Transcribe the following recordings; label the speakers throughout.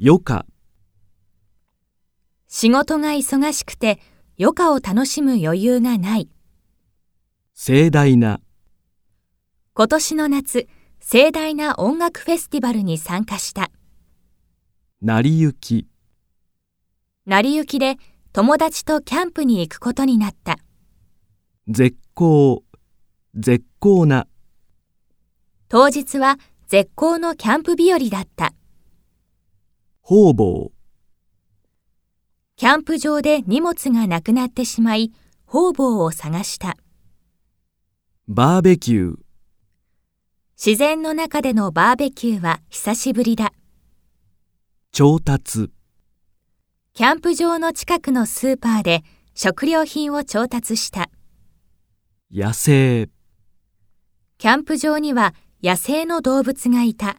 Speaker 1: 余暇、
Speaker 2: 仕事が忙しくて余暇を楽しむ余裕がない。
Speaker 1: 盛大な、
Speaker 2: 今年の夏、盛大な音楽フェスティバルに参加した。
Speaker 1: 成り行き、
Speaker 2: 成り行きで友達とキャンプに行くことになった。
Speaker 1: 絶好、絶好な、
Speaker 2: 当日は絶好のキャンプ日和だった。
Speaker 1: 方々、
Speaker 2: キャンプ場で荷物がなくなってしまい、方々を探した。
Speaker 1: バーベキュー、
Speaker 2: 自然の中でのバーベキューは久しぶりだ。
Speaker 1: 調達、
Speaker 2: キャンプ場の近くのスーパーで食料品を調達した。
Speaker 1: 野生、
Speaker 2: キャンプ場には野生の動物がいた。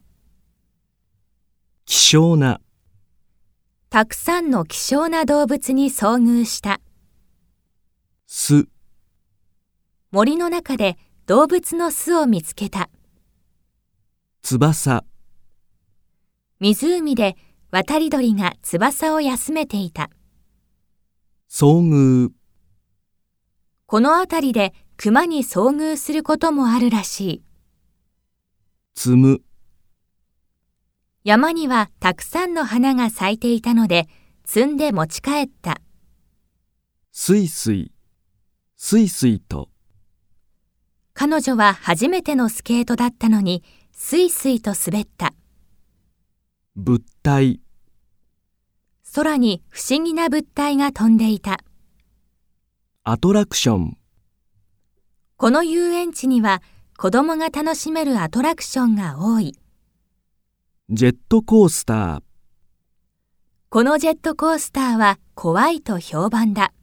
Speaker 1: 希少な、
Speaker 2: たくさんの希少な動物に遭遇した。
Speaker 1: 巣、
Speaker 2: 森の中で動物の巣を見つけた。
Speaker 1: 翼、
Speaker 2: 湖で渡り鳥が翼を休めていた。
Speaker 1: 遭遇、
Speaker 2: この辺りで熊に遭遇することもあるらしい。
Speaker 1: 積む、
Speaker 2: 山にはたくさんの花が咲いていたので、摘んで持ち帰った。
Speaker 1: すいすい、すいすいと、
Speaker 2: 彼女は初めてのスケートだったのに、スイスイと滑った。
Speaker 1: 物体、
Speaker 2: 空に不思議な物体が飛んでいた。
Speaker 1: アトラクション、
Speaker 2: この遊園地には子供が楽しめるアトラクションが多い。
Speaker 1: ジェットコースター、
Speaker 2: このジェットコースターは怖いと評判だ。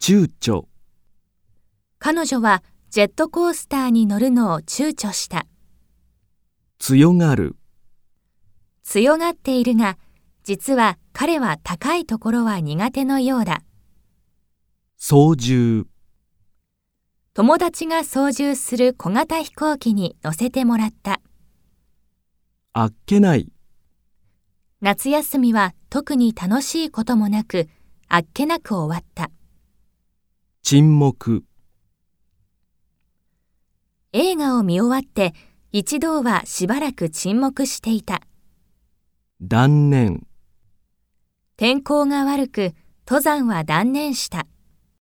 Speaker 1: 躊躇、
Speaker 2: 彼女はジェットコースターに乗るのを躊躇した。
Speaker 1: 強がる、
Speaker 2: 強がっているが、実は彼は高いところは苦手のようだ。
Speaker 1: 操縦、
Speaker 2: 友達が操縦する小型飛行機に乗せてもらった。
Speaker 1: あっけない、
Speaker 2: 夏休みは特に楽しいこともなく、あっけなく終わった。
Speaker 1: 沈黙、
Speaker 2: 映画を見終わって、一度はしばらく沈黙していた。
Speaker 1: 断念。
Speaker 2: 天候が悪く、登山は断念した。